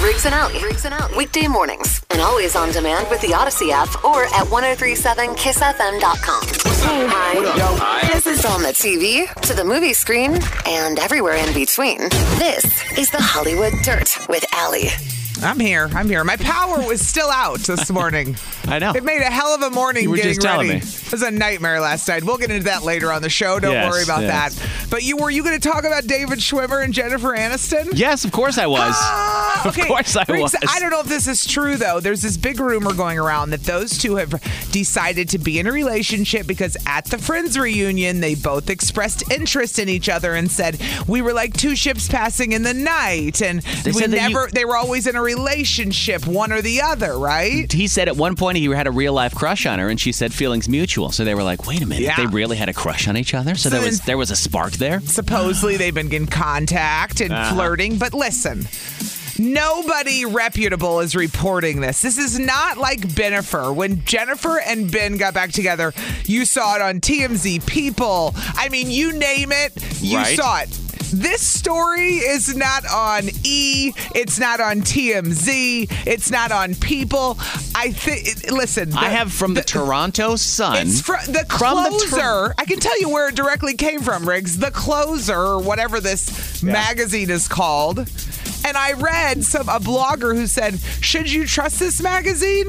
Riggs and Out. Riggs and Out. Weekday mornings. And always on demand with the Odyssey app or at 1037kissfm.com. Hey. Hi. This is on the TV, to the movie screen, and everywhere in between. This is the Hollywood Dirt with Allie. I'm here. I'm here. My power was still out this morning. I know. It made a hell of a morning You were getting just telling ready. me. It was a nightmare last night. We'll get into that later on the show. Don't Yes, worry about yes. that. But you were you going to talk about David Schwimmer and Jennifer Aniston? Yes, of course I was. Ah, Of course I Riggs, was. I don't know if this is true though. There's this big rumor going around that those two have decided to be in a relationship because at the Friends reunion they both expressed interest in each other and said we were like two ships passing in the night and They we said that you- never they were always in a relationship one or the other, right? He said at one point he had a real life crush on her, and she said feelings mutual. So they were like, "Wait a minute, Yeah. they really had a crush on each other." So, there then- was there was a spark there. supposedly they've been in contact and Uh-huh. flirting. But listen, nobody reputable is reporting this. This is not like Benifer. When Jennifer and Ben got back together, you saw it on TMZ, People. I mean, you name it, you Right. saw it. This story is not on E. It's not on TMZ. It's not on People. I think. Listen, I the- have from the, Toronto Sun. it's fr- the from the closer. I can tell you where it directly came from, Riggs. The closer, or whatever this magazine is called. And I read some a blogger who said, "Should you trust this magazine?"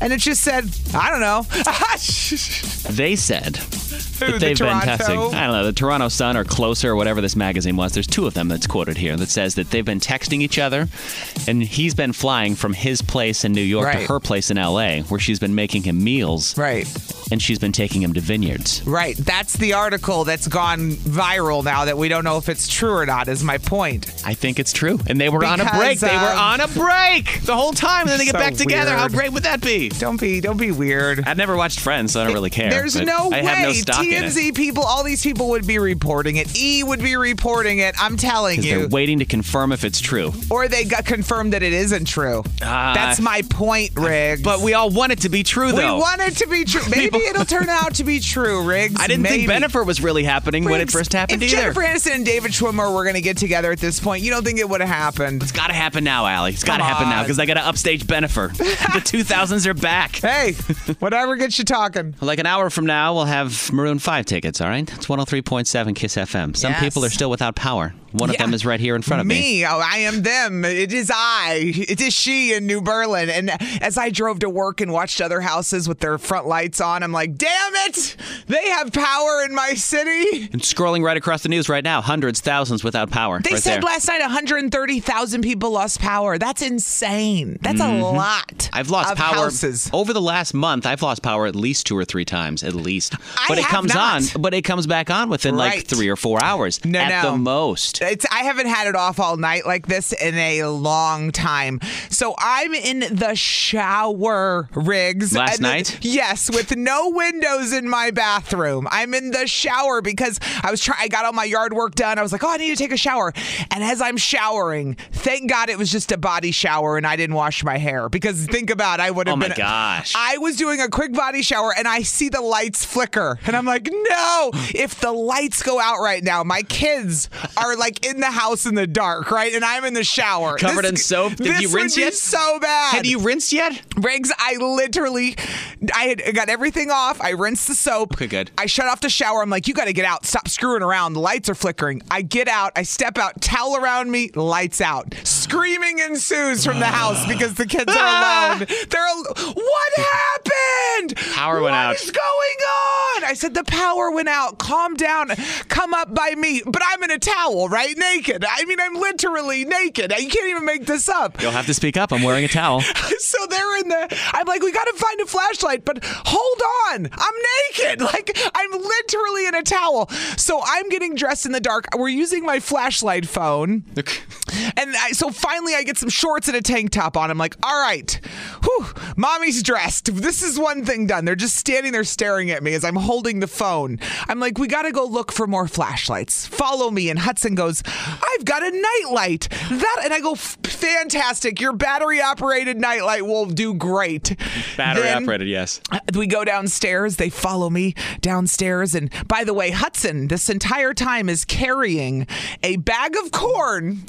And it just said, "I don't know." they said the that they've been Toronto? testing. I don't know the Toronto Sun or Closer or whatever this magazine was. There's two of them that's quoted here that says that they've been texting each other, and he's been flying from his place in New York Right. to her place in L.A., where she's been making him meals, right, and she's been taking him to vineyards. right. That's the article that's gone viral now. That we don't know if it's true or not. Is my point. I think it's true. And they were on a Because, break. They were um, on a break the whole time. And then they get So back together. How weird. great would that be? Don't be, don't be weird. I've never watched Friends, so I don't really care. There's but no I way have no stock in it. TMZ people, all these people would be reporting it. E would be reporting it. I'm telling 'Cause you. They're waiting to confirm if it's true. or they got confirmed that it isn't true. Ah. That's my point, Riggs. But we all want it to be true, we though. want it to be true. Maybe it'll turn out to be true, Riggs. I didn't Maybe. think Bennifer was really happening when it Riggs, first happened if either. Jennifer Aniston and David Schwimmer were going to get together at this point, you don't think it would have happened? it's got to happen now, Allie. It's got to Come happen now on. because I got to upstage Bennifer. the 2000s are back. Hey, whatever gets you talking. Like an hour from now, we'll have Maroon 5 tickets, all right? It's 103.7 Kiss FM. Some Yes. people are still without power. One of Yeah. them is right here in front of me. me. Oh, I am them. It is I. It is she in New Berlin. And as I drove to work and watched other houses with their front lights on, I'm like, damn it! They have power in my city. And scrolling right across the news right now, hundreds, thousands without power. They right said there. last night 130,000 people lost power. That's insane. That's a Mm-hmm. lot. I've lost of power Houses. over the last month. I've lost power at least two or three times, at least. I but it have comes not. on, but it comes back on within Right. like three or four hours No, at no. the most. It's I haven't had it off all night like this in a long time. So I'm in the shower, Riggs. Last then- night? yes, with no windows in my bathroom. I'm in the shower because I was trying. I got all my yard work done. I was like, oh, I need to take a shower. And as I'm showering, thank God it was just a body shower and I didn't wash my hair because think about it, I would have Oh my been. gosh. I was doing a quick body shower and I see the lights flicker and I'm like, no! If the lights go out right now, my kids are like like in the house in the dark, right? And I'm in the shower, Covered in soap? Did this you would rinse be yet? So bad. Had you rinsed yet? Briggs, I literally, I had I got everything off. I rinsed the soap. Okay, good. I shut off the shower. I'm like, you got to get out. Stop screwing around. The lights are flickering. I get out. I step out. Towel around me. Lights out. Screaming ensues from the house because the kids are alone. They're al- what happened? Power went out. What is going on? I said the power went out. Calm down. Come up by me. But I'm in a towel, right? Naked. I mean, I'm literally naked. You can't even make this up. You'll have to speak up. I'm wearing a towel. So they're in the. I'm like, we got to find a flashlight, but hold on. I'm naked. Like, I'm literally in a towel. So I'm getting dressed in the dark. We're using my flashlight phone. And I, so finally, I get some shorts and a tank top on. I'm like, all right, whew, mommy's dressed. This is one thing done. They're just standing there staring at me as I'm holding the phone. I'm like, we got to go look for more flashlights. Follow me. And Hudson goes, I've got a nightlight. That, and I go, fantastic. Your battery operated nightlight will do great. Battery Then- operated, yes. we go downstairs. They follow me downstairs. And by the way, Hudson, this entire time is carrying a bag of corn.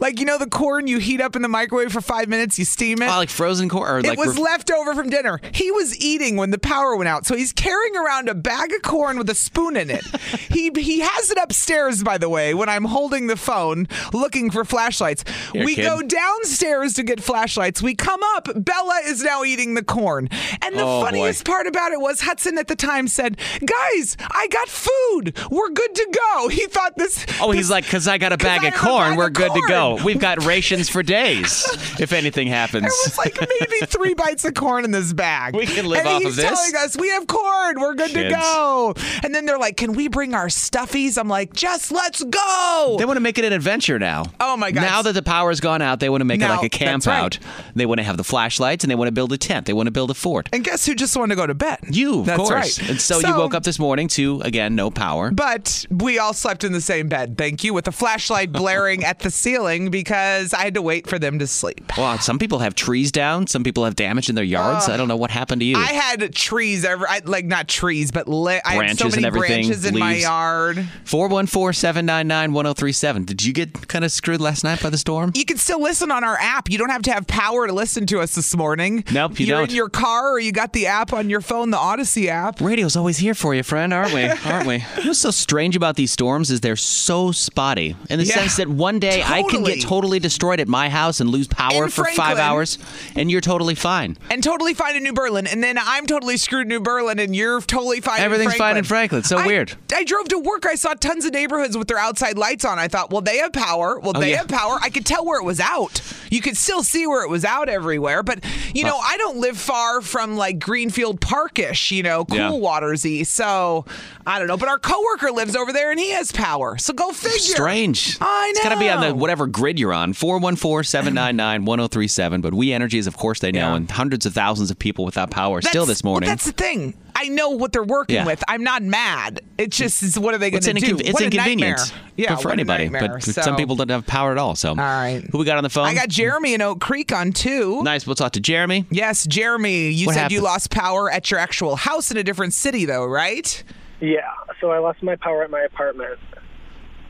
Like, you know, the corn you heat up in the microwave for five minutes, you steam it. Oh, like frozen corn or it like was ref- left over from dinner. He was eating when the power went out. So he's carrying around a bag of corn with a spoon in it. he he has it upstairs, by the way, when I'm holding the phone looking for flashlights. Here, we kid. go downstairs to get flashlights. We come up. Bella is now eating the corn. And the Oh, boy. funniest part about it was Hudson at the time said, Guys, I got food. We're good to go. He thought this. Oh, this- he's like, because I got a 'Cause bag I of have a corn, bag we're of good to go. corn." We've got rations for days if anything happens. There was like maybe three bites of corn in this bag. We can live and off he's of this. telling us we have corn. We're good Kids. to go. And then they're like, "Can we bring our stuffies?" I'm like, "Just let's go." They want to make it an adventure now. Oh, my God. Now that the power's gone out, they want to make it Now- like a camp that's right. out. They want to have the flashlights and they want to build a tent. They want to build a fort. and guess who just wanted to go to bed? You, of That's course. Right. And so, you woke up this morning to again no power. But we all slept in the same bed, thank you, with a flashlight blaring at the ceiling because I had to wait for them to sleep. Well, some people have trees down. Some people have damage in their yards. I don't know what happened to you. I had trees, every, I, like not trees, but li- I had so Branches and many everything, branches in my leaves. yard. Four one four seven nine nine one zero three seven. Did you get kind of screwed last night by the storm? you can still listen on our app. You don't have to have power to listen to us this morning. Nope, you You're don't. in your car or you got the app on your phone, the Odyssey app. Radio's always here for you, friend, aren't we? Aren't we? What's so strange about these storms is they're so spotty in the Yeah, sense that one day I can totally. get totally destroyed at my house and lose power In for five Franklin. hours, and you're totally fine. And totally fine in New Berlin. And then I'm totally screwed in New Berlin and you're totally fine Everything's in fine in Franklin. Franklin. So I- weird. I drove to work. I saw tons of neighborhoods with their outside lights on. I thought, well, they have power. Well, Oh, they yeah. have power. I could tell where it was out. You could still see where it was out everywhere. But, you know, I don't live far from like Greenfield Parkish, you know, cool Yeah. watersy. So I don't know. But our coworker lives over there and he has power. So go figure. Strange. I It's got to be on the know. whatever grid you're on 414 799 1037. But We Energies, of course, they know, Yeah. and hundreds of thousands of people without power still That's- this morning. Well, that's the thing. I know what they're working Yeah. with. I'm not mad. It's just it's what are they going it's to an do? inconven- it's what a inconvenience nightmare. Yeah, for what a anybody. nightmare. But So, some people don't have power at all. So, all right. who we got on the phone? I got Jeremy in Oak Creek on two. nice. We'll talk to Jeremy. Yes, Jeremy, you What said you happened? lost power at your actual house in a different city, though, right? Yeah, so I lost my power at my apartment.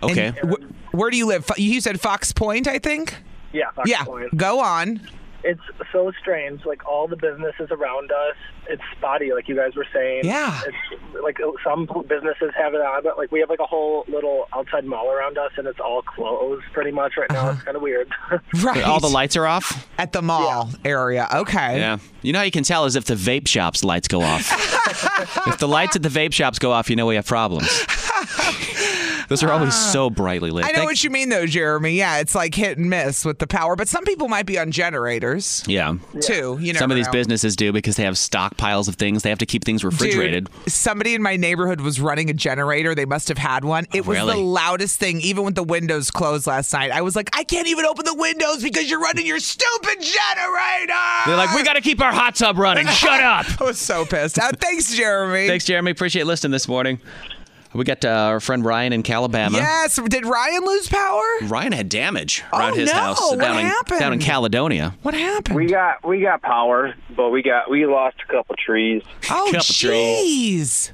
Okay. Wh- where do you live? Fo- You said Fox Point, I think. Yeah, Fox yeah, Point. go on. It's so strange. Like all the businesses around us, it's spotty, like you guys were saying. Yeah. It's, like some businesses have it on, but like we have like a whole little outside mall around us, and it's all closed pretty much right now. It's kind of weird. Uh-huh. Right, All the lights are off. at the mall area. Okay. Yeah. You know how you can tell is if the vape shop's lights go off. if the lights at the vape shops go off, you know we have problems. Those are always so brightly lit. I know Thank- what you mean, though, Jeremy. Yeah, it's like hit and miss with the power, but some people might be on generators yeah. too. You know, Some of these know. businesses do because they have stockpiles of things. They have to keep things refrigerated. Dude, somebody in my neighborhood was running a generator. They must have had one. It was Really? the loudest thing, even with the windows closed last night. I was like, I can't even open the windows because you're running your stupid generator. They're like, we got to keep our hot tub running. Shut up. I was so pissed. Uh, thanks, Jeremy. Thanks, Jeremy. Appreciate listening this morning. We got uh, our friend Ryan in Calabama. Yes. Did Ryan lose power? Ryan had damage around his Oh, no. house What down in, happened? down in Caledonia. What happened? We got we got power, but we got we lost a couple trees. oh, Couple trees. jeez.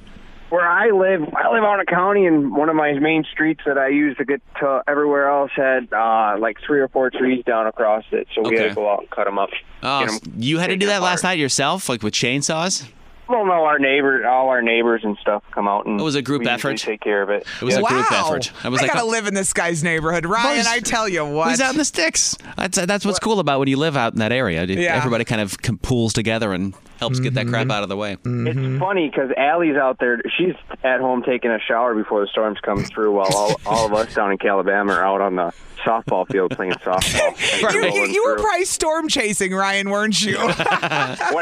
Where I live, I live out in a county, and one of my main streets that I use to get to everywhere else had uh, like three or four trees down across it. So we had Okay. to go out and cut them up. Oh, get 'em s- you had to do taken that last apart. night yourself, like with chainsaws? Well, no, our neighbor, all our neighbors and stuff come out and It was a group we usually effort. Take care of it. It was a group effort. I, I was like, gotta oh, live in this guy's neighborhood, Ryan. Boys- I tell you what. he's out in the sticks. That's, that's what's cool about when you live out in that area. Yeah. Mm-hmm. Everybody kind of com- pools together and helps get that crap out of the way. It's funny because Allie's out there. She's at home taking a shower before the storms come through, while all, all of us down in Calabama are out on the softball field playing softball. And you, you, rolling you were through. probably storm chasing, Ryan, weren't you? When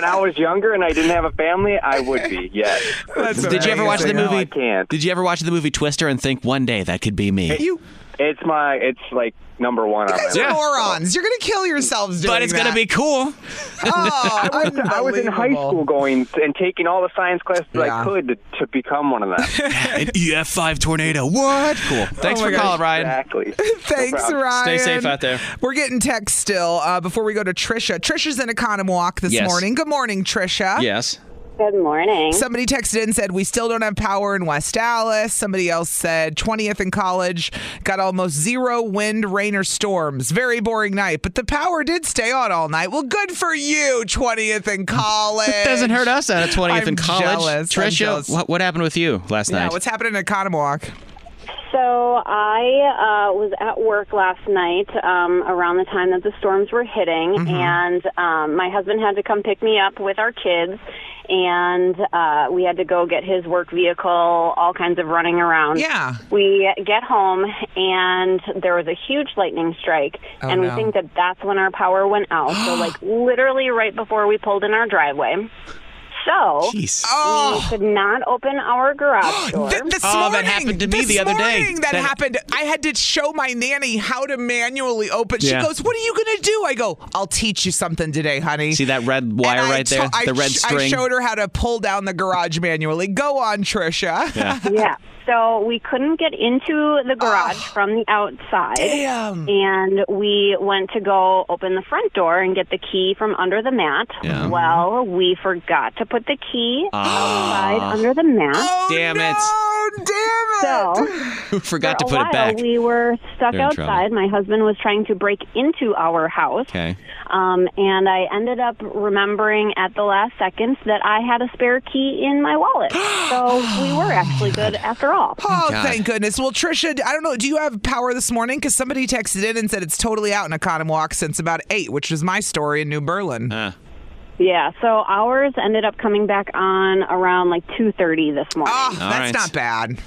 I was younger and I didn't have a family, I would be. Yes. That's Did you ever watch the amazing. No, I movie? can't. Did you ever watch the movie Twister and think one day that could be me? You It's my. It's like number one on my guys list. are morons. You're gonna kill yourselves doing but it's gonna that. be cool. Oh, I was in high unbelievable. school going and taking all the science classes Yeah. I could to, to become one of them. An EF5 tornado. What? Cool. Thanks Oh my for gosh. calling, Ryan. exactly. Thanks, problem. Ryan. Stay safe out there. We're getting text still. Uh, before we go to Trisha, Trisha's in Economwalk this Yes. morning. Good morning, Trisha. Yes. Good morning. Somebody texted in and said, We still don't have power in West Dallas. Somebody else said, 20th in college, got almost zero wind, rain, or storms. Very boring night, but the power did stay on all night. Well, good for you, 20th in college. It doesn't hurt us out of 20th I'm in college. jealous. I'm Trisha, jealous. what, what happened with you last Yeah, night? what's happening in Economwalk? So I uh, was at work last night um, around the time that the storms were hitting, Mm-hmm. and um, my husband had to come pick me up with our kids, and uh, we had to go get his work vehicle, all kinds of running around. Yeah. We get home, and there was a huge lightning strike, Oh, and we no. think that that's when our power went out. so, like, literally right before we pulled in our driveway. So. Jeez. We Oh. could not open our garage door. Th- this Oh, that morning, happened to me this the other day. morning That, That- happened. I had to show my nanny how to manually open. She Yeah. goes, "What are you going to do?" I go, "I'll teach you something today, honey." See that red wire And I right to- there? I The red sh- I string? showed her how to pull down the garage manually. Go on, Trisha. yeah. So we couldn't get into the garage Ah. from the outside. Damn. And we went to go open the front door and get the key from under the mat. Yeah. Well, we forgot to put the key Ah. outside under the mat. Oh, Damn it. it! Damn it! So Who forgot to for a put while, it back? we were stuck They're in trouble. outside. My husband was trying to break into our house. Okay. Um, and I ended up remembering at the last seconds that I had a spare key in my wallet. so we were actually good after all. Oh, God. thank goodness. Well, Trisha, I don't know. Do you have power this morning? Because somebody texted in and said it's totally out in Economwalk since about eight, which was my story in New Berlin. Uh, Yeah, so ours ended up coming back on around like 2:30 this morning. oh, All that's right. not bad.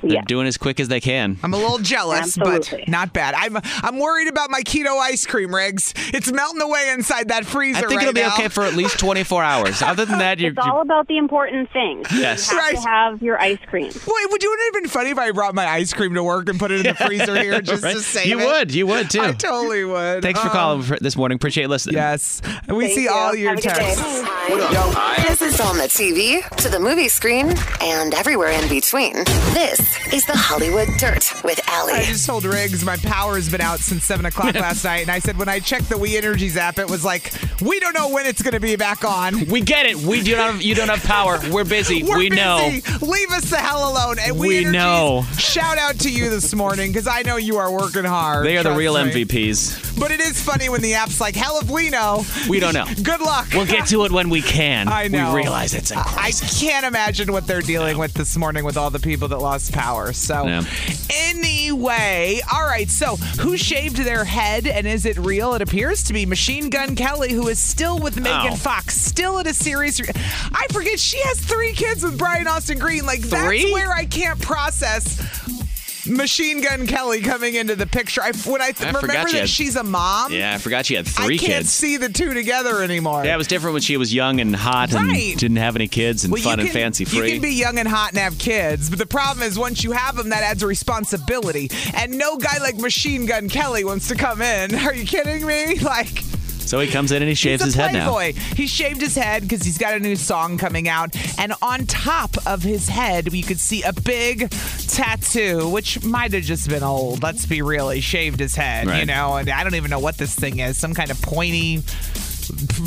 they're Yeah. doing as quick as they can. I'm a little jealous, Absolutely. but not bad. I'm I'm worried about my keto ice cream, Riggs. It's melting away inside that freezer I think right it'll be now. okay for at least 24 hours. Other than that, you're, It's all about the important things. Yes. You have Right. to have your ice cream. Wait, would you wouldn't it have been funny if I brought my ice cream to work and put it in the freezer here just Right? to save You it? would. You would, too. I totally would. Thanks for Oh, calling for this morning. Appreciate listening. Yes, we Thank see you. all your Have a good day. texts. This is on on the TV, to the movie screen, and everywhere in between. This is the Hollywood Dirt with I Allie. just told Riggs my power has been out since seven o'clock last night, and I said when I checked the We Energies app, it was like we don't know when it's going to be back on. We get it. We do not. Have, you don't have power. We're busy. We're we busy. know. Leave us the hell alone. And we, We Energies, know. Shout out to you this morning because I know you are working hard. They are the Trust real me. MVPs. But it is funny when the app's like, hell if we know. We don't know. Good luck. We'll get to it when we can. I know. We realize it's a I crisis. can't imagine what they're dealing with this morning with all the people that lost power. So, Yeah. anyway, all right. So, who shaved their head and is it real? It appears to be Machine Gun Kelly, who is still with Megan Ow. Fox, still at a series. I forget she has three kids with Brian Austin Green. Like, Three? that's where I can't process. Machine Gun Kelly coming into the picture. I, when I, I forgot remember she that had- she's a mom, yeah, I forgot she had um, I three can't kids. see the two together anymore. Yeah, it was different when she was young and hot Right. and didn't have any kids and Well, fun you and can- fancy You free. can be young and hot and have kids, but the problem is once you have them, that adds a responsibility. And no guy like Machine Gun Kelly wants to come in. Are you kidding me? Like. so he comes in and he shaves he's his a head now. playboy. He shaved his head because he's got a new song coming out, and on top of his head, you could see a big tattoo, which might have just been old. Let's be real. He shaved his head, you Right. know, and I don't even know what this thing is. Some kind of pointy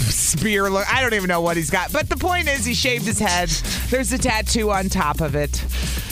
spear look. I don't even know what he's got. But the point is, he shaved his head. There's a tattoo on top of it.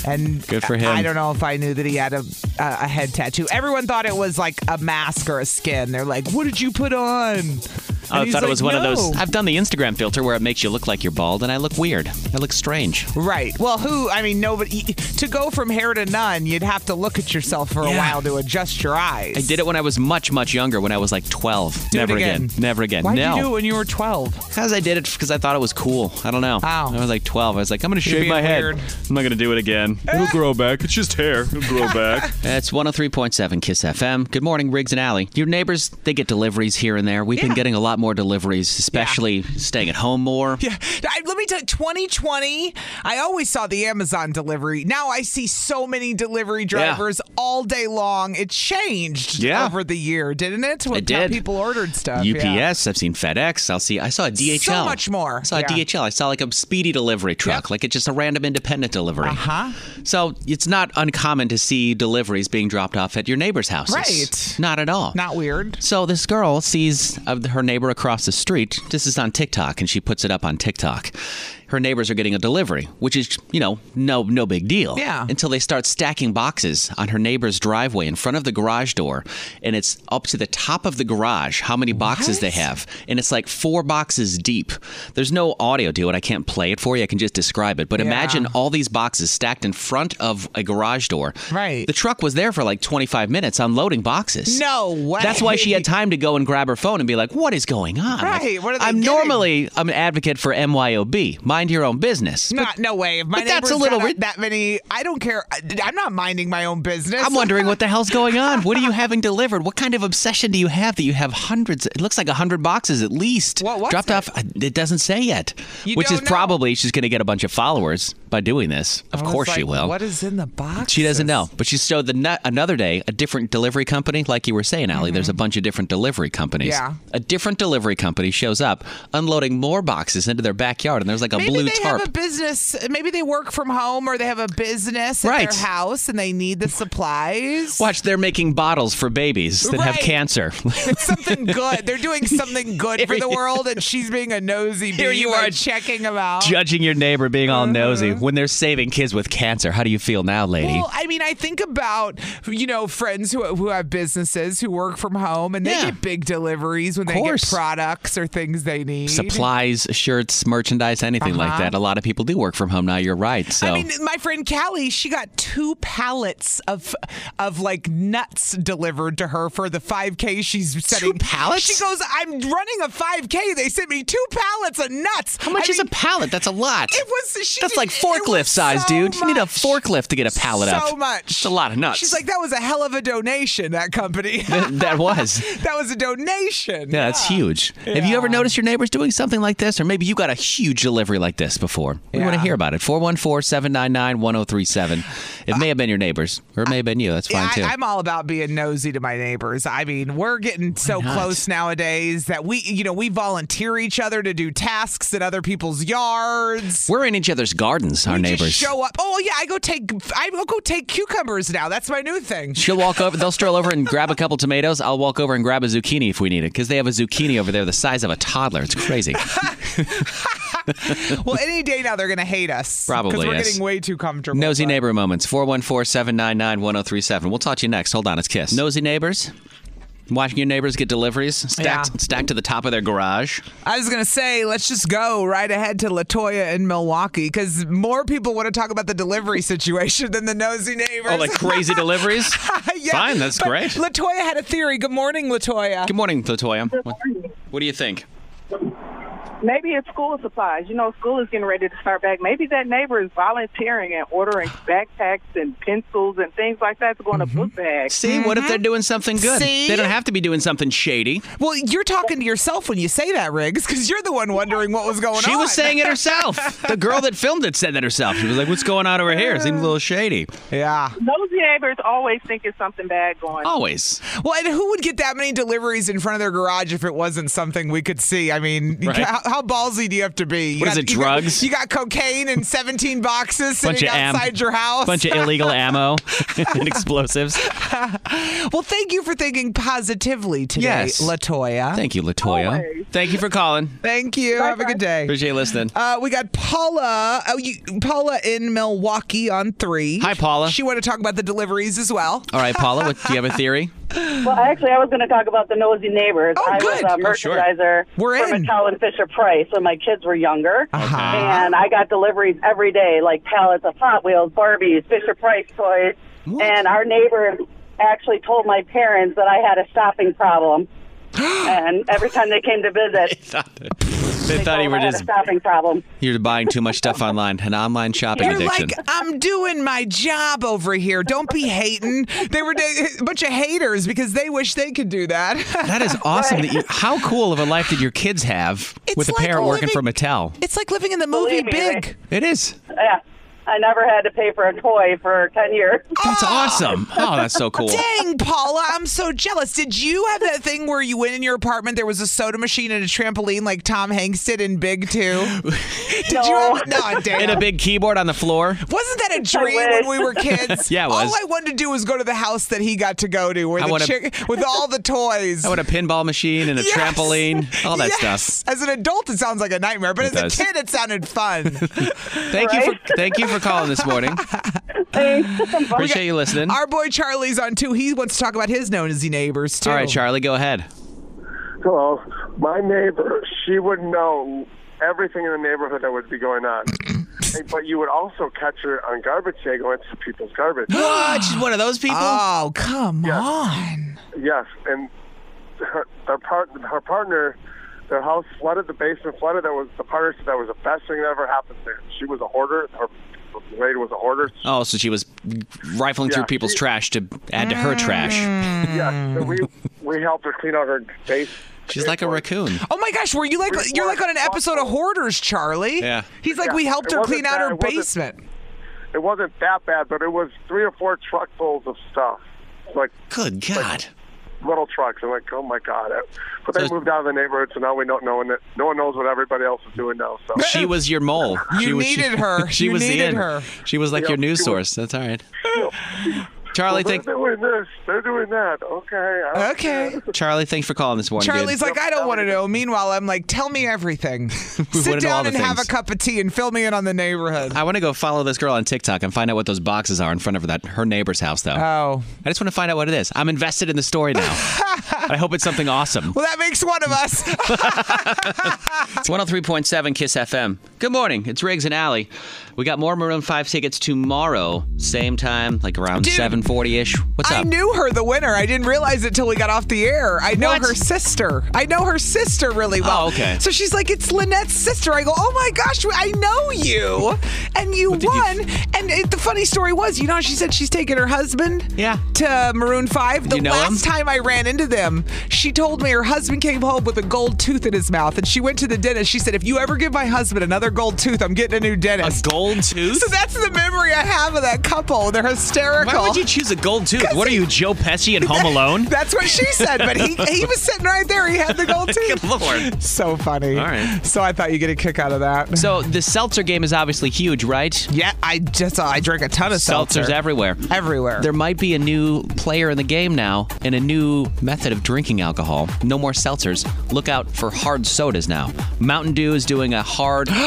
And Good for him. I don't know if I knew that he had a, a, a head tattoo. Everyone thought it was like a mask or a skin. They're like, what did you put on? And Oh, I he's thought it like, was one of "No." those. I've done the Instagram filter where it makes you look like you're bald, and I look weird. I look strange. Right. Well, who? I mean, nobody. To go from hair to none, you'd have to look at yourself for a Yeah. while to adjust your eyes. I did it when I was much, much younger, when I was like 12. Do it Never again. Never again. Why did no. you do it when you were 12? Because I did it because I thought it was cool. I don't know. Ow. I was like 12. I was like, I'm going to You're shave being my head. weird. I'm not going to do it again. It'll grow back. It's just hair. It'll grow back. That's 103.7 Kiss FM. Good morning, Riggs and Alley. Your neighbors, they get deliveries here and there. We've been Yeah. getting a lot more deliveries, especially staying at home more. Yeah. I, let me tell you, 2020, I always saw the Amazon delivery. Now I see so many delivery drivers all day long. It changed Yeah. over the year, didn't it? What- It did. How people ordered stuff. UPS. Yeah. I've seen FedEx. I'll see. I saw a DHL. So much more. I saw Yeah. a DHL. I saw like a speedy delivery truck, like it's just a random independent delivery. Uh Uh-huh. So it's not uncommon to see deliveries being dropped off at your neighbor's houses. Right. Not at all. Not weird. So this girl sees of her neighbor across the street. This is on TikTok, and she puts it up on TikTok. Her neighbors are getting a delivery, which is you know no no big deal. Yeah. Until they start stacking boxes on her neighbor's driveway in front of the garage door, and it's up to the top of the garage how many boxes they have, and it's like four boxes deep. There's no audio to it. I can't play it for you. I can just describe it. But imagine all these boxes stacked in front of a garage door. Right. The truck was there for like 25 minutes unloading boxes. No way. That's why she had time to go and grab her phone and be like, "What is going on?" Like, Right, what are they I'm getting? normally I'm an advocate for MYOB, mind your own business. But Not, no way. If my but that's neighbor's a little got weird. that many, I don't care. I, I'm not minding my own business. I'm wondering what the hell's going on. What are you having delivered? What kind of obsession do you have that you have hundreds? It looks like hundred boxes at least What was dropped it? off. It doesn't say yet, You which is don't know. probably she's going to get a bunch of followers by doing this. Of I was course she like, will. What is in the box? She doesn't know, but she showed the nu- another day a different delivery company. Like you were saying, Allie, there's a bunch of different delivery companies. Mm-hmm. Yeah. a different delivery company shows up, unloading more boxes into their backyard, and there's like a Maybe blue they tarp. have a business. Maybe they work from home, or they have a business at Right. their house, and they need the supplies. Watch, they're making bottles for babies that have Right. Oh. cancer. It's something good. They're doing something good for the world, and she's being a nosy. Here bee you by are, checking them out. Judging your neighbor being Uh-huh. all nosy when they're saving kids with cancer. How do you feel now, lady? Well, I mean, I think about you know friends who who have businesses who work from home, and they Yeah. get big deliveries when they get course. products or things they need. Supplies, shirts, merchandise, anything like that. A lot of people do work from home now. You're right. So Uh-huh. I mean, my friend Callie, she got two pallets of of like nuts delivered to her for the 5K she's setting. pallets? She goes, I'm running a 5K. They sent me two pallets of nuts. How much I is mean, a pallet? That's a lot. It was. She That's did- like it was forklift size, so dude. You need a much. forklift to get a pallet so up. much. It's a lot of nuts. She's like, that was a hell of a donation. That company. that was. that was a donation. Yeah, that's huge. Have you ever noticed your neighbors doing something like this? Or maybe you got a huge delivery like this before? We want to Yeah. hear about it. 414 799 1037. It may have been your neighbors, or it may have been you. That's fine, Yeah, too. I, I'm all about being nosy to my neighbors. I mean, we're getting so not? close nowadays that we, you know, we volunteer each other to do tasks at other people's yards. We're in each other's gardens, our We neighbors. Just show up. Oh yeah, I go take. I will go take cucumbers now. That's my new thing. She'll walk over. They'll stroll over and grab a couple tomatoes. I'll walk over and grab a zucchini if we need it, because they have a zucchini over there the size of a toddler. It's crazy. Well, any day now they're gonna hate us. Probably because we're is. getting way too comfortable. Nosy but- neighbor moments. 414 799 1037. We'll talk to you next. Hold on, it's Kiss. Nosy neighbors. Watching your neighbors get deliveries stacked, Yeah. stacked to the top of their garage. I was gonna say, let's just go right ahead to Latoya in Milwaukee because more people want to talk about the delivery situation than the nosy neighbors. Oh, like crazy deliveries? yeah, Fine, that's but great. Latoya had a theory. Good morning, Latoya. Good morning, Latoya. What, what do you think? Maybe it's school supplies. You know, school is getting ready to start back. Maybe that neighbor is volunteering and ordering backpacks and pencils and things like that to go in a book bag. Mm-hmm. See, what if they're doing something good? See? They don't have to be doing something shady. Well, you're talking to yourself when you say that, Riggs, because you're the one wondering what was going on. She was saying it herself. the girl that filmed it said that herself. She was like, "What's going on over here? It seems a little shady." Yeah. Mm-hmm. Nosy neighbors always think it's something bad going. Always. Well, and who would get that many deliveries in front of their garage if it wasn't something we could see? I mean, Right. how, how ballsy do you have to be? You What is got, it, you got- drugs? You got, cocaine in 17 boxes bunch sitting of am- outside your house. bunch of illegal ammo and explosives. well, thank you for thinking positively today, Yes. Latoya. Thank you, Latoya. Thank you for calling. Thank you. Have a good day. Appreciate you listening. Uh, we got Paula. Oh, you, Paula in Milwaukee on three. Hi, Paula. She wanted to talk about the deliveries as well. All right, Paula, what, do you have a theory? Well, actually, I was going to talk about the nosy neighbors. I was good. a Oh, sure. merchandiser We're for in. McCall and Fisher Price when my kids were younger, Uh-huh. and I got deliveries every day, like pallets of Hot Wheels, Barbies, Fisher Price toys. And our neighbor actually told my parents that I had a shopping problem, and every time they came to visit, They thought you told were I had just a shopping problem. you're buying too much stuff online, an online shopping You're addiction. like, I'm doing my job over here. Don't be hating. They were a bunch of haters because they wish they could do that. that is awesome. That you, how cool of a life did your kids have It's with a like parent working living- for Mattel? It's like living in the movie Believe me, Big. It is. Yeah, I never had to pay for a toy for ten years. That's awesome. Oh, that's so cool. Dang, Paula, I'm so jealous. Did you have that thing where you went in your apartment, there was a soda machine and a trampoline like Tom Hanks did in Big Two? Did you have no damn. And a big keyboard on the floor. Wasn't that a dream when we wish. were kids? Yeah, it was. All I wanted to do was go to the house that he got to go to with, I the wanna- chick, with all the toys. I want Oh, a pinball machine and a Yes. trampoline, all that Yes. stuff. As an adult, it sounds like a nightmare, but It as does. a kid, it sounded fun. Thank you for thank you for calling this morning. Appreciate you listening. Our boy Charlie's on too. He wants to talk about his nosy neighbors too. All right, Charlie, go ahead. Hello. My neighbor, she would know everything in the neighborhood that would be going on. And- but you would also catch her on garbage day going to people's garbage. What? She's one of those people. Oh come on! yes, and her their part, her partner, their house flooded, the basement flooded. That was the partner said that was the best thing that ever happened to her. She was a hoarder. Her lady was a hoarder. Oh, so she was rifling through Yeah. people's trash to add to her Mm. trash. Yes, so we we helped her clean out her basement. She's like a raccoon. Oh my gosh, were you like We you're like on an were episode of awful. Hoarders, Charlie? Yeah. He's like Yeah, we helped it her wasn't clean out bad. her It wasn't- basement. It wasn't that bad, but it was three or four truckfuls of stuff, like Good God. little trucks. I'm like, oh my god! But So- they moved out of the neighborhood, so now we don't know, and it- no one knows what everybody else is doing now. So She was your mole. You she was, needed her. She You was the needed in. her. She was like Yeah, your news she was- source. That's all right. Charlie, they're thank doing this, they're doing that. Okay. I don't Okay. care. Charlie, thanks for calling this morning. dude. Charlie's like, I don't want to know. Meanwhile, I'm like, tell me everything. wanna know Sit all down the and have a things. cup of tea and fill me in on the neighborhood. I want to go follow this girl on TikTok and find out what those boxes are in front of that her neighbor's house, though. Oh. I just want to find out what it is. I'm invested in the story now. I hope it's something awesome. Well, that makes one of us. It's 103.7 Kiss FM. Good morning. It's Riggs and Alley. We got more Maroon 5 tickets tomorrow, same time, like around Dude, 740-ish. What's I up? knew her, the winner. I didn't realize it till we got off the air. I know What? her sister. I know her sister really well. Oh, okay. So she's like, it's Lynette's sister. I go, oh my gosh, I know you. And you did you- won. And it, the funny story was, you know, she said she's taking her husband Yeah. to Maroon 5. The you know last him? time I ran into them, she told me her husband came home with a gold tooth in his mouth. And she went to the dentist. She said, if you ever give my husband another gold tooth, I'm getting a new a dentist. gold tooth? so that's the memory I have of that couple. They're hysterical. Why would you choose a gold tooth? 'Cause What are he- you, Joe Pesci in Home Alone? That's what she said, but he he was sitting right there. He had the gold Good tooth. lord. So funny. All right. So I thought you get a kick out of that. So the seltzer game is obviously huge, right? yeah, I just I drink a ton of seltzer. Seltzer's everywhere. everywhere. There might be a new player in the game now and a new method of drinking alcohol. No more seltzers. Look out for hard sodas now. Mountain Dew is doing a hard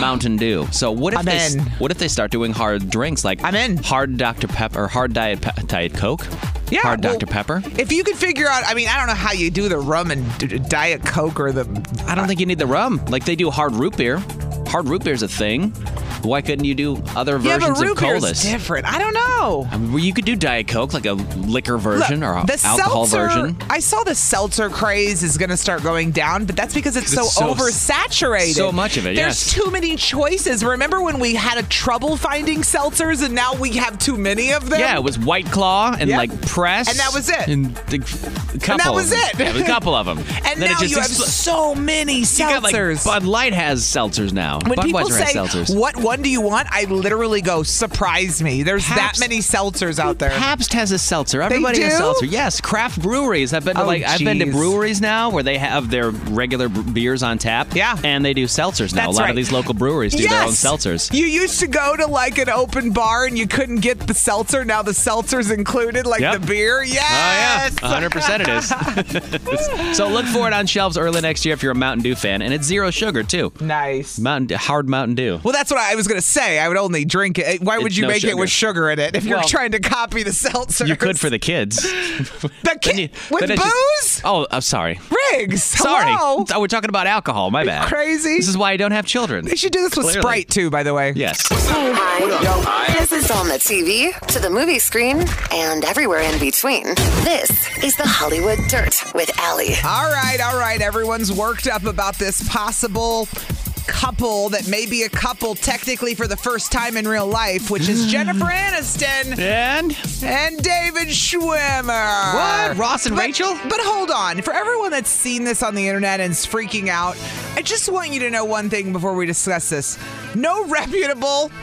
Mountain Dew. So what if I'm they s- in. what if they start doing hard drinks like I'm in. hard Dr Pepper or hard diet Pe- diet Coke? yeah, hard well, Dr Pepper. If you could figure out, I mean, I don't know how you do the rum and d- d- diet coke or the. I don't think you need the rum. Like they do hard root beer. Hard root beer's a thing. Why couldn't you do other Yeah, versions but root of beer is colas? different. I don't know. Well, you could do Diet Coke, like a liquor version Look, or a the alcohol seltzer, version. I saw the seltzer craze is going to start going down, but that's because it's so, It's so- oversaturated. so much of it, There's yes. too many choices. Remember when we had a trouble finding seltzers, and now we have too many of them? Yeah, it was White Claw and Yep. like press, And that was it. And the, a couple. was of them. it. Yeah, a couple of them. And then now it just you have expl- so many You got, like, seltzers. Bud Light has seltzers now. when people Budweiser say has seltzers. what was one do you want? I literally go, surprise me. There's that many seltzers out there. Pabst has a seltzer. Everybody they do? has seltzer. Yes, craft breweries. I've been to Oh, like I've been to geez. breweries now where they have their regular b- beers on tap. Yeah, and they do seltzers That's now. a lot right. of these local breweries do their own Yes! seltzers. You used to go to like an open bar and you couldn't get the seltzer. Now the seltzer's included, like Yep. the beer. Yes. Oh yeah, 100 percent it is. so look for it on shelves early next year if you're a Mountain Dew fan, and it's zero sugar too. Nice Mountain hard Mountain Dew. Well, that's what I was going to say. I would only drink it. Why would It's you no make it with sugar. sugar in it if you're Well, trying to copy the seltzer? You could for the kids. the kid with booze? Oh, I'm sorry. Riggs. Sorry. hello? Oh, we're talking about alcohol. My bad. crazy? This is why I don't have children. They should do this with Clearly. Sprite too, by the way. Yes. Hi. This is on the TV, to the movie screen, and everywhere in between. This is the Hollywood Dirt with Allie. All right, all right. Everyone's worked up about this possible couple that may be a couple technically for the first time in real life, which is Jennifer Aniston Mm. and and David Schwimmer. What? Ross and But- Rachel? But hold on, for everyone that's seen this on the internet and is freaking out, I just want you to know one thing before we discuss this: no reputable.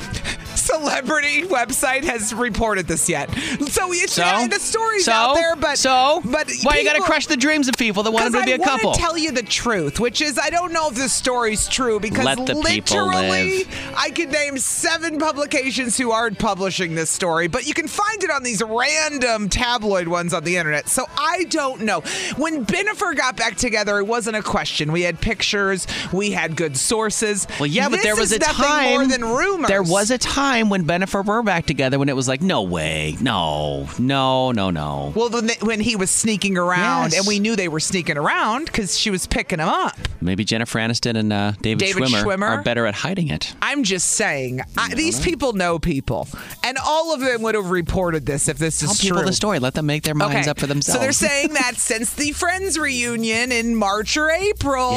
Celebrity website has reported this yet, so it's yeah, the story's so, out there. But so, but why you gotta people- crush the dreams of people that want them because to I be a couple? want to tell you the truth, which is I don't know if this story's true because Let the people literally live. I could name seven publications who aren't publishing this story, but you can find it on these random tabloid ones on the internet. So I don't know. When Benifer got back together, it wasn't a question. We had pictures, we had good sources. well, yeah, but This there was is a nothing time. more than rumors. There was a time when Ben and Fer were back together when it was like, no way, no, no, no, no. well, when, they- when he was sneaking around, Yes. and we knew they were sneaking around because she was picking him up. Maybe Jennifer Aniston and uh, David, David Schwimmer? are better at hiding it. I'm just saying, I, these people know people, and all of them would have reported this if this Tell is people true. the story. Let them make their minds Okay. up for themselves. So they're saying that since the Friends reunion in March or April,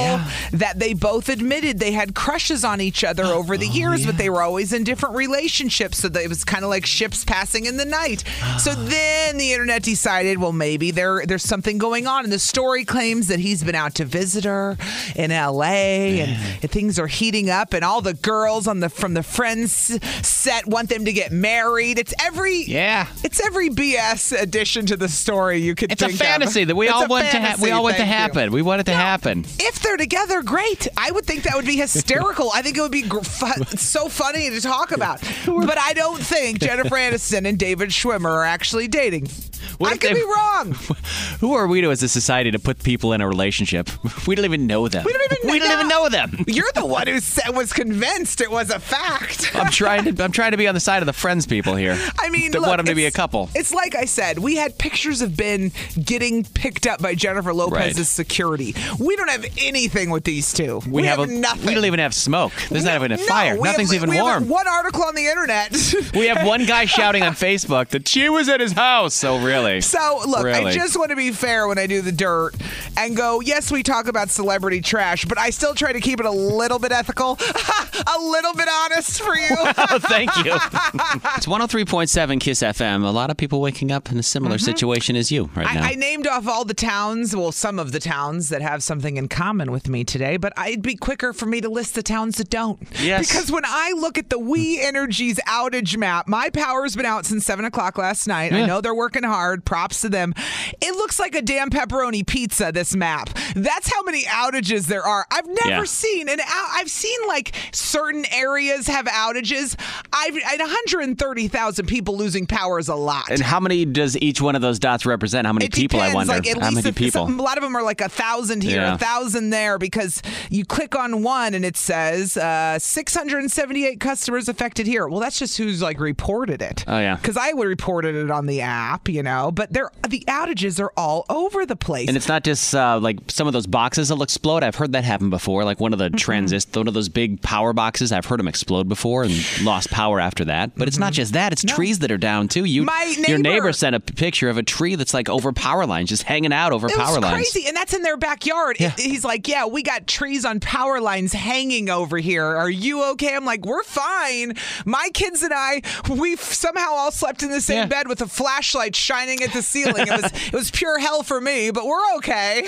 that they both admitted they had crushes on each other Oh, over the years, but they were always in different relationships. So that it was kind of like ships passing in the night. so Ah. then the internet decided, well, maybe there there's something going on, and the story claims that he's been out to visit her in L.A. and things are heating up, and all the girls on the from the Friends set want them to get married. It's every yeah. It's every BS addition to the story you could it's a think of. fantasy that we It's all a want to ha- fantasy, we all want to thank you. happen. We want it to happen. If they're together, great. I would think that would be hysterical. I think it would be gr- fu- so funny to talk about. But I don't think Jennifer Aniston and David Schwimmer are actually dating. I could if they- be wrong. Who are we to as a society to put people in a relationship? We don't even know them. We don't even We don't know. even know them. You're the one who said, was convinced it was a fact. I'm trying to I'm trying to be on the side of the friends people here. I mean, that look, want them to be a it's- couple. It's like I said, we had pictures of Ben getting picked up by Jennifer Lopez's Right. security. We don't have anything with these two. We, have, a, nothing. We don't even have smoke. There's not even a No, fire. we have- Nothing's even we have warm. one article on the internet. we have one guy shouting on Facebook that she was at his house. So really. So look, I Really. just want to be fair when I do the dirt and go. Yes, we talk about celebrity trash, but I still try to keep it a little bit ethical, a little bit honest for you. Oh, thank you. it's 103.7 Kiss FM. A lot of people waking up in a similar situation as you right now. Mm-hmm. I, I named off all the towns, well, some of the towns that have something in common with me today, but it'd be quicker for me to list the towns that don't. Yes. Because when I look at the We Energies outage map, my power's been out since 7 o'clock last night. I Yeah. know they're working hard. Props to them. It looks like a damn pepperoni pizza, this map. That's how many outages there are. I've never Yeah. seen an out. I've seen like certain areas have outages. I've, and 130,000 people losing power is a lot. and how many does each one of those dots represent? How many It people? I depends, wonder. Like at how least many if people? some- a lot of them are like a thousand here, Yeah. a thousand there, because you click on one and it says uh, 678 customers affected here. Well, that's just who's like reported it. Oh, yeah. Because I would reported it on the app, you know. But they're the outages are all over the place. And it's not just uh, like some of those boxes that'll explode. I've heard that happen before. Like one of the Mm-hmm. transist, one of those big power boxes. I've heard them explode before and lost power after that. But it's not just that. It's trees that are down too. You, Mm-hmm. My your neighbor- neighbor sent a p- picture of a tree that's like over power lines, just hanging out over it power was lines. crazy, and that's in their backyard. It- he's like, "Yeah, we got trees on power lines hanging over here. Are you okay?" I'm like, "We're fine." My kids and I, we f- somehow all slept in the same bed with a flashlight shining pointing at the ceiling. It was it was pure hell for me, but we're okay.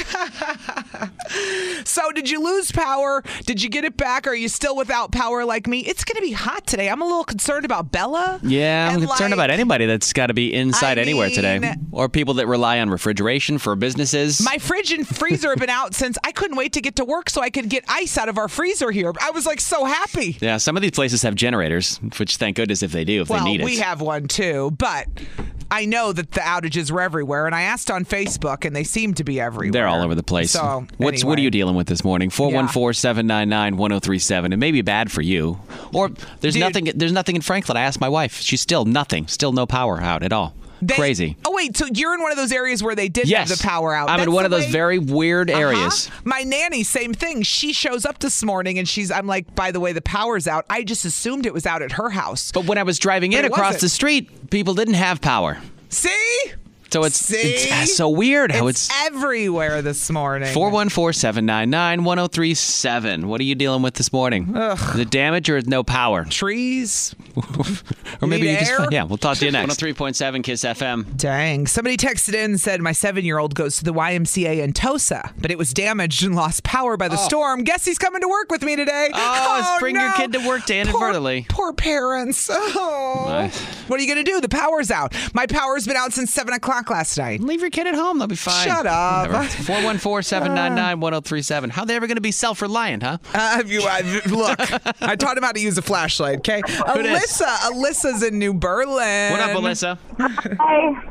so, did you lose power? Did you get it back? Are you still without power like me? It's going to be hot today. I'm a little concerned about Bella. Yeah, I'm concerned about anybody that's got to be inside anywhere today, mean- or people that rely on refrigeration for businesses. My fridge and freezer have been out since I couldn't wait to get to work so I could get ice out of our freezer here. I was like so happy. yeah, some of these places have generators, which thank goodness if they do, if well, they need it. we have one too, but I know that the outages were everywhere, and I asked on Facebook, and they seem to be everywhere. They're all over the place. So, What's what are you dealing with this morning? 414-799-1037. It may be bad for you. Or there's nothing there's nothing in Franklin. I asked my wife. She's still nothing. Still no power out at all. They- Crazy. Oh wait, so you're in one of those areas where they did Yes. have the power out. I'm in That's one of the those way- Uh-huh. very weird areas. My nanny, same thing. She shows up this morning and she's, I'm like, by the way, the power's out. I just assumed it was out at her house. But when I was driving in across the street, people didn't have power. See? So it's it's uh, so weird how it's everywhere this morning. 414-799-1037. What are you dealing with this morning? Ugh. The damage or no power? Trees. or maybe Need you air? just Yeah, we'll talk to you next. 103.7 Kiss FM. Dang. Somebody texted in and said, My seven year old goes to the YMCA in Tosa, but it was damaged and lost power by the Oh. storm. Guess he's coming to work with me today. Oh, bring your kid to work day inadvertently. Poor, parents. Oh. What are you going to do? The power's out. My power's been out since 7 o'clock last night. Leave your kid at home. They'll be fine. Shut up. 414 799 1037. How they ever going to be self reliant, huh? Uh, you, I, look, I taught him how to use a flashlight, okay? dis? Alyssa, Alyssa's in New Berlin. What up, Alyssa? Hi.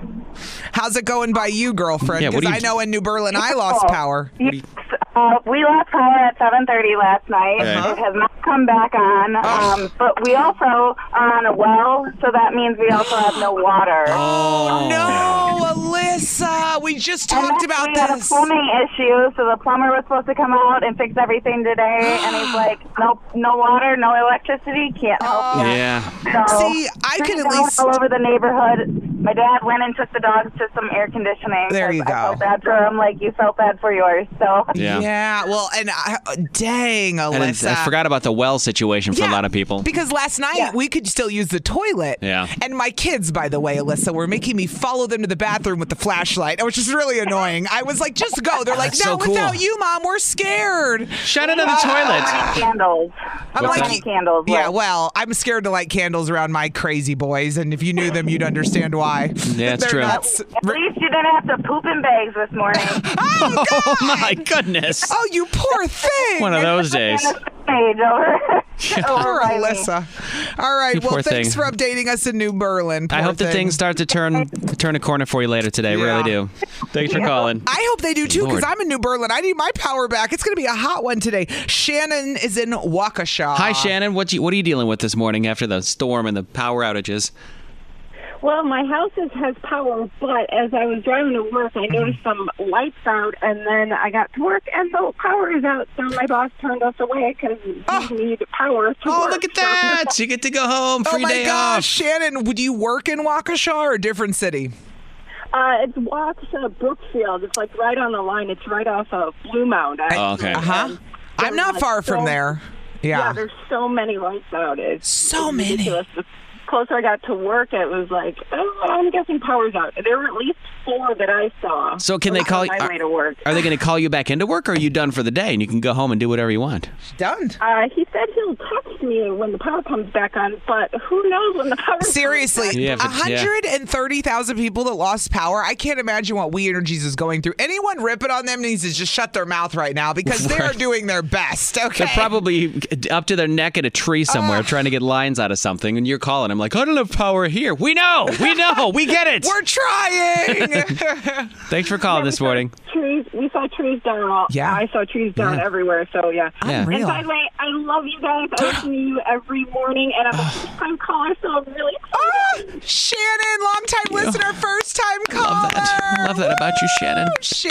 How's it going by you, girlfriend? Yeah, what Because do you I do- know in New Berlin I lost Oh. power. Uh, we lost power at 7:30 last night. Okay. Ah. It has not come back on. Um, but we also are on a well, so that means we also have no water. Oh no, Alyssa! Ah, We just talked about we had a this. plumbing issue, so the plumber was supposed to come out and fix everything today, and he's like, "Nope, no water, no electricity, can't help you." Yeah. So, Oh, See, I turned could at it down least- all over the neighborhood. My dad went and took the dogs to some air conditioning. There you 'cause I go. felt bad for him, like you felt bad for yours. So Yeah. Well, and I, dang, I, didn't- Alyssa. I forgot about the well situation for a lot of people. Because last night we could still use the toilet. Yeah. And my kids, by the way, Alyssa, were making me follow them to the bathroom with the flashlight, which is really annoying. I was like, just go. They're like, That's so no, without cool. you, mom, we're scared. Shut it in the toilet. candles. I'm What's like, that? candles. Yeah, well, I'm scared to light candles around my crazy boys, and if you knew them, you'd understand why. Yeah, it's They're true. nuts. At least you didn't have to poop in bags this morning. oh, my goodness. Oh, you poor thing. One of those days. Page over. Poor my Alyssa. All right. You well, poor thanks thing. for updating us in New Berlin. I Poor hope that thing. things start to turn turn a corner for you later today. Yeah. Really do. Thanks for calling. I hope they do too, because Lord. I'm in New Berlin. I need my power back. It's going to be a hot one today. Shannon is in Waukesha. Hi, Shannon. What you, what are you dealing with this morning after the storm and the power outages? Well, my house is, has power, but as I was driving to work, I noticed some lights out, and then I got to work, and the power is out. So my boss turned us away because we need power to Oh, work. look at So- that. You get to go home. oh Free my day gosh, off. Shannon, would you work in Waukesha or a different city? Uh, it's Waukesha Brookfield. It's like right on the line. It's right off of Blue Mound. Oh, okay. Uh huh. I'm not uh, far from there. Yeah, Yeah. there's so many lights out. It's So it's many. ridiculous. The closer I got to work, it was like, oh, I'm guessing power's out. There were at least four that I saw. So can they on call you? my Are, way to work? are they going to call you back into work, or are you done for the day and you can go home and do whatever you want? Done. Uh, he said he'll text me when the power comes back on, but who knows when the power comes back Seriously, Yeah, a but- yeah. 130,000 people that lost power. I can't imagine what We Energies is going through. Anyone ripping on them needs to just shut their mouth right now because they are Right. doing their best. Okay. They're probably up to their neck in a tree somewhere, trying to get lines out of something, and you're calling. I'm like, I don't have power here. We know, we know, we get it. We're trying. Thanks for calling this morning. Trees, we saw trees down. All, Yeah. I saw trees down Yeah. everywhere. So yeah. Yeah. And Unreal. by the way, I love you guys. I listen to you every morning, and I'm a first-time Ah! caller, so I'm really excited. Shannon, long time listener, first time caller. I love that about you, Shannon.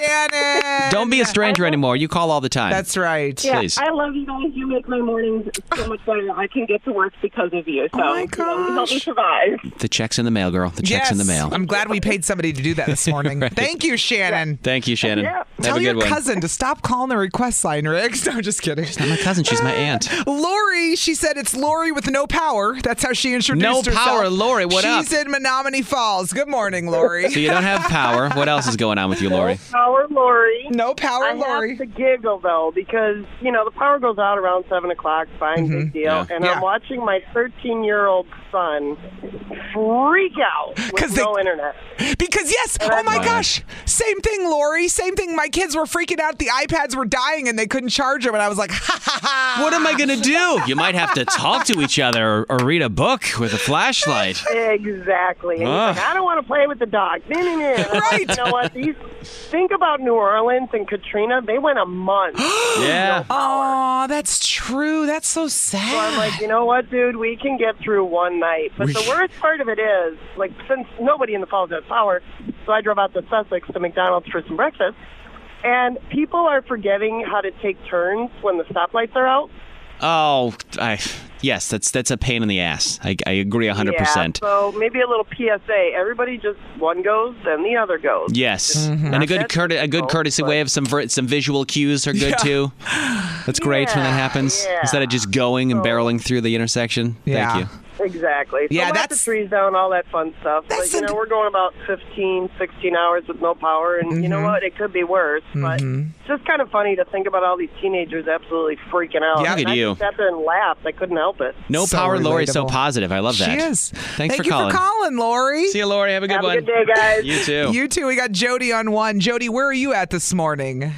Shannon. Don't be a stranger anymore. You call all the time. That's right. Yeah, Please. I love you guys. You make my mornings so much better. I can get to work because of you. Oh So you know, you help me survive. The check's in the mail, girl. The check's in the mail. I'm glad we paid somebody to do that this morning. Thank you, Shannon. Thank you, Shannon. Have Tell a good your one. cousin to stop calling the request line, Riggs. No, I'm just kidding. She's not my cousin. She's my aunt. Lori, she said it's Lori with no power. That's how she introduced No herself. power, Lori, what up? She's in Menominee Falls. Good morning, Lori. So you don't have power. What else is going on with you, Lori? Power Lori. No power I Lori. have to giggle though because you know the power goes out around seven o'clock. Fine, big deal. Yeah. And Yeah. I'm watching my 13 year old son freak out with no internet. Because yes, oh my gosh, same thing, Lori. Same thing. My kids were freaking out. The iPads were dying and they couldn't charge them. And I was like, ha ha ha. What am I going to do? You might have to talk to each other or, or read a book with a flashlight. Exactly. And he's Ugh. like, I don't want to play with the dog. Nah, nah, nah. I'm like, You know what? These, think about New Orleans and Katrina. They went a month. Yeah. Oh, that's true. That's so sad. So I'm like, you know what, dude? We can get through one night. But We- the worst part of it is, like, since nobody in the falls has power, so I drove out to Sussex to McDonald's for some breakfast. And people are forgetting how to take turns when the stoplights are out. Oh, I, yes, that's that's a pain in the ass. I, I agree 100%. Yeah, so maybe a little PSA. Everybody just one goes, then the other goes. Yes, and a good curti- a good courtesy way of some ver- some visual cues are good Yeah. too. That's great when that happens instead of just going and barreling through the intersection. Yeah. Thank you. Exactly. So Yeah, lots that's- of trees down, all that fun stuff. But, you know, we're going about 15, 16 hours with no power, and you Mm-hmm. know Mhm. what? It could be worse. But Mhm. it's just kind of funny to think about all these teenagers absolutely freaking out. Yeah. Look at And I you. just sat there and laughed. I couldn't help it. No power, Lori is so relatable. positive. I love She that. is. Thanks Thank for you calling. for calling, Lori. See you, Lori. Have a good Have a one. good day, guys. You too. You too. We got Jody on one. Jody, where are you at this morning?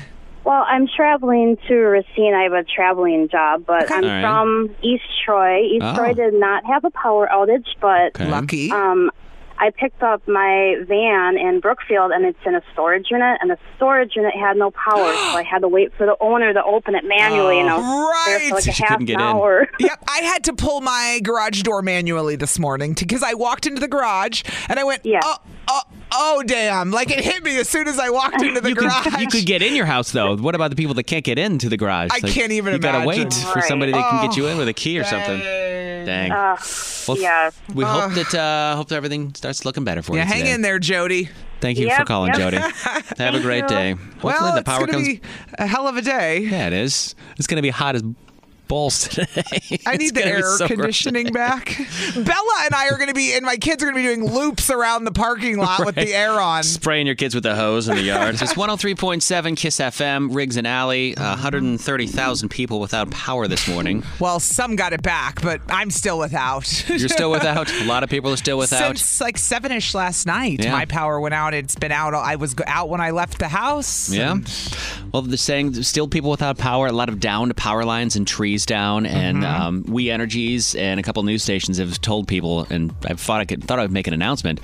Well, I'm traveling to Racine. I have a traveling job, but I'm All right. from East Troy. East Oh. Troy did not have a power outage, but Okay. Lucky. Um, I picked up my van in Brookfield, and it's in a storage unit, and the storage unit had no power, so I had to wait for the owner to open it manually, and I was there for like a half an hour. yep, I had to pull my garage door manually this morning because I walked into the garage and I went, oh, oh, oh, damn! Like it hit me as soon as I walked into the you garage. could, you could get in your house though. What about the people that can't get into the garage? I can't even You gotta imagine. wait for Right. somebody that can get you Oh, in with a key or something. Dang. Uh, well, yeah. We Uh. hope that uh, hope that everything starts looking better for yeah, you. hang today. in there, Jody. Thank you for Yep, calling, yep. Jody. Have a Thank great you. day. Hopefully well, the it's power gonna comes. be a hell of a day. Yeah, it is. It's gonna be hot as balls today. I It's need the gonna be air so conditioning back. Bella and I are going to be, and my kids are going to be doing loops around the parking lot with Right. the air on. Spraying your kids with a hose in the yard. it's 103.7 Kiss FM, Riggs and Alley. Uh, 130,000 people without power this morning. Well, some got it back, but I'm still without. You're still without. A lot of people are still without. Since like seven ish last night, Yeah. my power went out. It's been out. I was go- out when I left the house. Yeah. Well, they're saying still people without power, a lot of downed power lines and trees down, and Mm-hmm. um, We Energies and a couple news stations have told people, and I thought I could, thought I would make an announcement.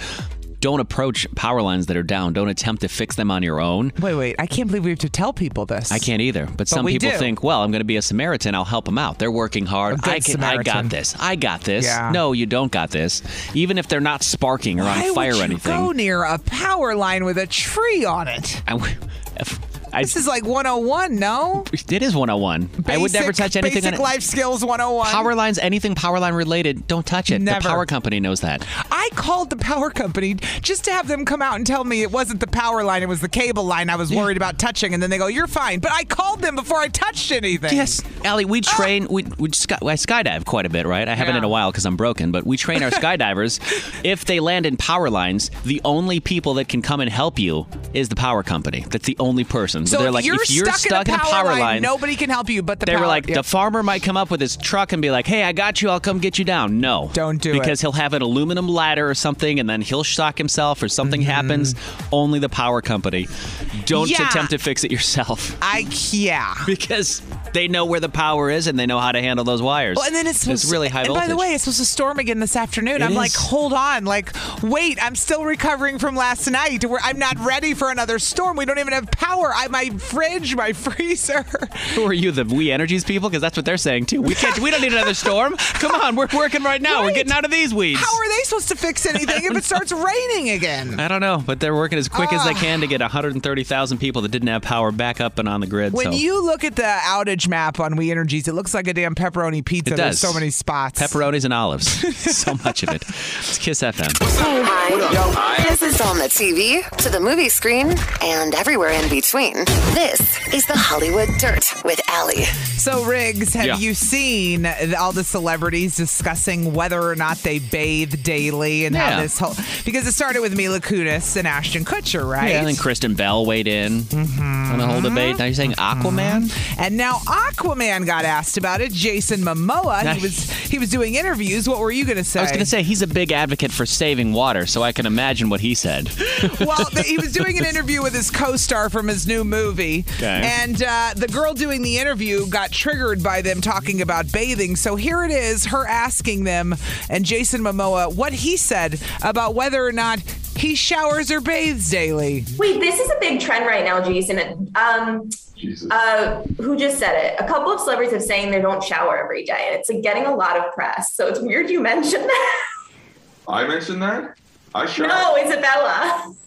Don't approach power lines that are down. Don't attempt to fix them on your own. Wait, wait. I can't believe we have to tell people this. I can't either. But, But some we people do. think, well, I'm going to be a Samaritan. I'll help them out. They're working hard. good I can. I Samaritan. got this. I got this. Yeah. No, you don't got this. Even if they're not sparking or Why on fire would or you anything. go near a power line with a tree on it? I w- if- I- This is like 101, no? It is 101. I would never touch anything Basic on it. life skills 101. Power lines, anything power line related, don't touch it. Never. The power company knows that. I called the power company just to have them come out and tell me it wasn't the power line, it was the cable line I was worried about touching. And then they go, You're fine. But I called them before I touched anything. Yes, Allie, we Oh. train. We, we sky, I skydive quite a bit, right? I haven't in a while because I'm broken, but we train our skydivers. If they land in power lines, the only people that can come and help you is the power company. That's the only person. So they're if like, you're, if you're stuck, in a power, line, nobody can help you but the they power. were like, yeah. the farmer might come up with his truck and be like, "Hey, I got you. I'll come get you down." No, don't do it. because he'll have an aluminum ladder or something, and then he'll shock himself or something happens. Only the power company. Don't Mm. Yeah. attempt to fix it yourself. I yeah. Because They know where the power is and they know how to handle those wires. Well, Oh, and then it's, supposed it's really high and voltage. by the way, it's supposed to storm again this afternoon. It I'm like, is. hold on, like, wait, I'm still recovering from last night. We're, I'm not ready for another storm. We don't even have power. I my fridge, my freezer. Who are you, the We Energies people? Because that's what they're saying too. We can't. We don't need another storm. Come on, we're working right now. We're getting out of these weeds. How are they supposed to fix anything if it starts raining again? I don't know, but they're working as quick as they Ah. can to get 130,000 people that didn't have power back up and on the grid. When so you look at the outage map on We Energies, it looks like a damn pepperoni pizza. it There's does. so many spots. Pepperonis and olives. so much of it. It's Kiss FM. Hi. This is on the TV, to the movie screen, and everywhere in between. This is the Hollywood Dirt with Allie. So, Riggs, have Yeah. you seen th- all the celebrities discussing whether or not they bathe daily and Yeah. how this whole because it started with Mila Kunis and Ashton Kutcher, right? Mm-hmm. Yeah, and then Kristen Bell weighed in on the whole debate. Now you're saying Aquaman? And now Aquaman got asked about it. Jason Momoa, he was he was doing interviews. What were you going to say? I was going to say he's a big advocate for saving water, so I can imagine what he said. well, th- he was doing an interview with his co-star from his new movie, Okay. and uh, the girl doing the interview got triggered by them talking about bathing. So here it is, her asking them and Jason Momoa what he said about whether or not he showers or bathes daily. Wait, this is a big trend right now, Jason. Um, Uh, who just said it? A couple of celebrities have saying they don't shower every day, and it's like getting a lot of press. So it's weird you mentioned that. I mentioned that. I shower. No, Isabella.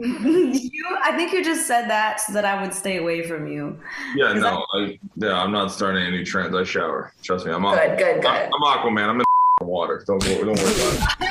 you, I think you just said that so that I would stay away from you. Yeah, no, I, yeah, I'm not starting any trends. I shower. Trust me, I'm Good, Aqu- good, good. I'm, I'm Aquaman. I'm in the water. Don't, wo- don't worry about it.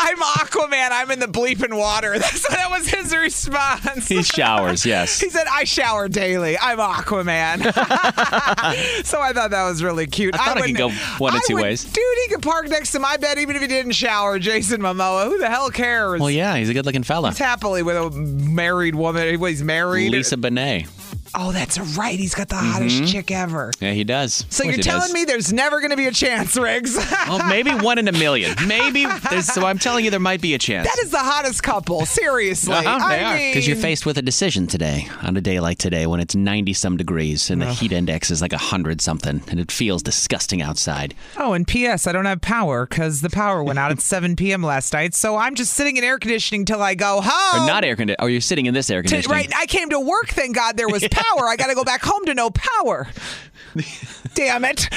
I'm Aquaman. I'm in the bleeping water. That's, that was his response. He showers, yes. He said, I shower daily. I'm Aquaman. so I thought that was really cute. I thought it could wouldn't- go one of I two would- ways. Dude, he could park next to my bed even if he didn't shower. Jason Momoa. Who the hell cares? Well, yeah, he's a good looking fella. He's happily with a married woman. He's married. Lisa Bonet. Oh, that's right. He's got the hottest Mhm. chick ever. Yeah, he does. So Of course you're he telling does. me there's never going to be a chance, Riggs? Well, maybe one in a million. Maybe. There's, so I'm telling you, there might be a chance. That is the hottest couple, seriously. Uh-huh, I they are. Because you're mean- faced with a decision today, on a day like today, when it's 90 some degrees and the Ugh. heat index is like 100 something and it feels disgusting outside. Oh, and P.S. I don't have power because the power went out at 7 p.m. last night. So I'm just sitting in air conditioning till I go home. Or not air conditioning. Or you're sitting in this air To- conditioning. Oh. right, I came to work. Thank God there was power. I got to go back home to no power. Damn it!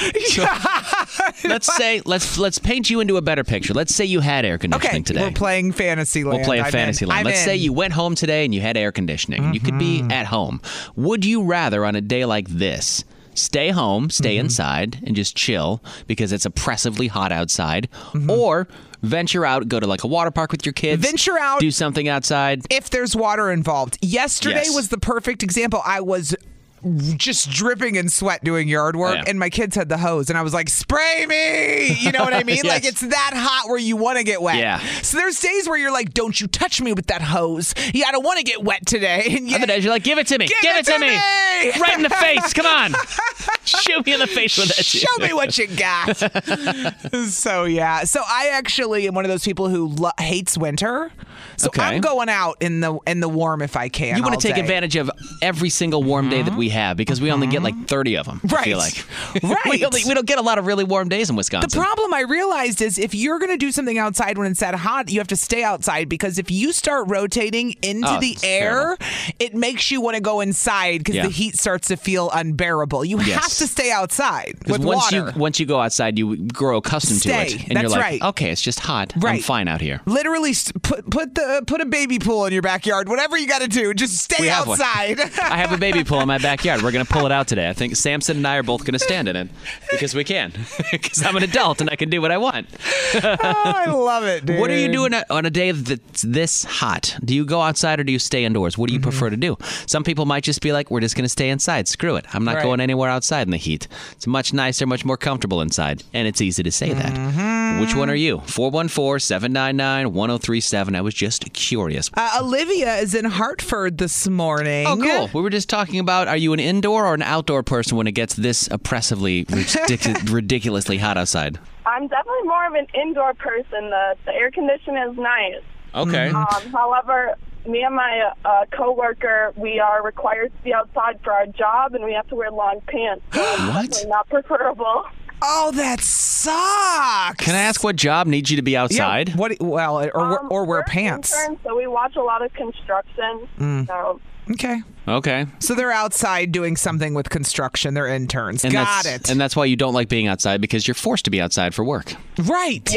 Let's say let's let's paint you into a better picture. Let's say you had air conditioning okay, today. we're playing fantasy land. We'll play a I'm in. fantasy line. I'm Let's say in. Mm-hmm. you went home today and you had air conditioning. You could be at home. Would you rather on a day like this stay home, stay Mm-hmm. inside, and just chill because it's oppressively hot outside, Mm-hmm. or venture out, go to like a water park with your kids, venture out, do something outside? If there's water involved. Yesterday Yes. was the perfect example. I was just dripping in sweat doing yard work, Yeah. and my kids had the hose, and I was like, "Spray me!" You know what I mean? Like Yes. it's that hot where you want to get wet. Yeah. So there's days where you're like, "Don't you touch me with that hose?" Yeah, I don't want to get wet today. And yet, Other days you're like, "Give it to me! Give, Give it to me! Right in the face! Come on! Shoot me in the face with that shit." Show me what you got. so yeah, so I actually am one of those people who lo- hates winter. So Okay. I'm going out in the in the warm if I can. You want all to take day. Mm-hmm. advantage of every single warm day that we have because we only get like 30 of them. I feel Right. like. we, Right. only, we don't get a lot of really warm days in Wisconsin. The problem I realized is if you're going to do something outside when it's that hot, you have to stay outside because if you start rotating into Oh, the it's air, it makes you want to go inside because Yeah. the heat starts to feel unbearable. You Yes. have to stay outside 'Cause with once water. you once you go outside, you grow accustomed to Stay. it, and you're That's like, right. okay, it's just hot. I'm Right. fine out here. Literally s- put put the put a baby pool in your backyard. Whatever you got to do, just stay We have one. outside. I have a baby pool in my backyard. We're gonna pull it out today. I think Samson and I are both gonna stand in it because we can. Because I'm an adult and I can do what I want. Oh, I love it, dude. What are you doing on a day that's this hot? Do you go outside or do you stay indoors? What do you Mm-hmm. prefer to do? Some people might just be like, we're just going to stay inside. Screw it. I'm not Right. going anywhere outside in the heat. It's much nicer, much more comfortable inside. And it's easy to say Mm-hmm. that. Which one are you? 414 799 1037. I was just curious. Uh, Olivia is in Hartford this morning. Oh, cool. We were just talking about are you an indoor or an outdoor person when it gets this oppressively, ridic- ridiculously hot outside? I'm definitely more of an indoor person. The, the air conditioning is nice. Okay. Um, however, me and my uh, coworker, we are required to be outside for our job, and we have to wear long pants. So it's What? definitely Not preferable. Oh, that sucks. Can I ask what job needs you to be outside? what? Well, or Um, or wear we're pants. interns, so we watch a lot of construction. Mm. So Okay. Okay. So they're outside doing something with construction. They're interns. Got that's, it. And that's why you don't like being outside because you're forced to be outside for work. Right.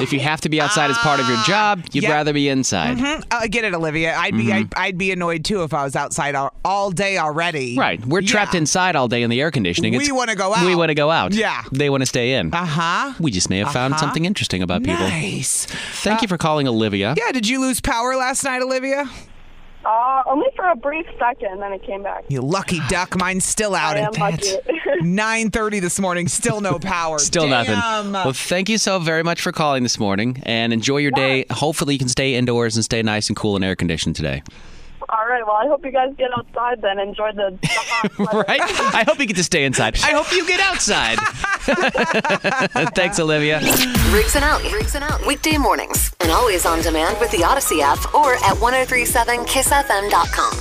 If you have to be outside as part of your job, you'd Ah, yeah. rather be inside. Mhm. I get it, Olivia. I'd be Mm-hmm. I'd, I'd be annoyed too if I was outside all, all day already. Right. We're trapped inside all day in the air conditioning. We wanna go out. We want to go out. Yeah. They want to stay in. Uh huh. We just may have found Uh-huh. something interesting about people. Nice. Thank you for calling Olivia. Yeah. Did you lose power last night, Olivia? uh, only for a brief second, then it came back. You lucky duck. Mine's still out I at am lucky. nine thirty this morning. Still no power. Still Damn. nothing. Well, thank you so very much for calling this morning and enjoy your day. Hopefully, you can stay indoors and stay nice and cool and air conditioned today. All right. Well, I hope you guys get outside then. Enjoy the. the hot weather. right? I hope you get to stay inside. I hope you get outside. Thanks, Olivia. Riggs and Out. Riggs and Out. Weekday mornings and always on demand with the Odyssey app or at 1037kissfm.com.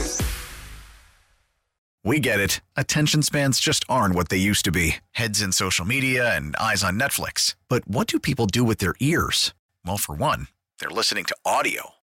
We get it. Attention spans just aren't what they used to be heads in social media and eyes on Netflix. But what do people do with their ears? Well, for one, they're listening to audio.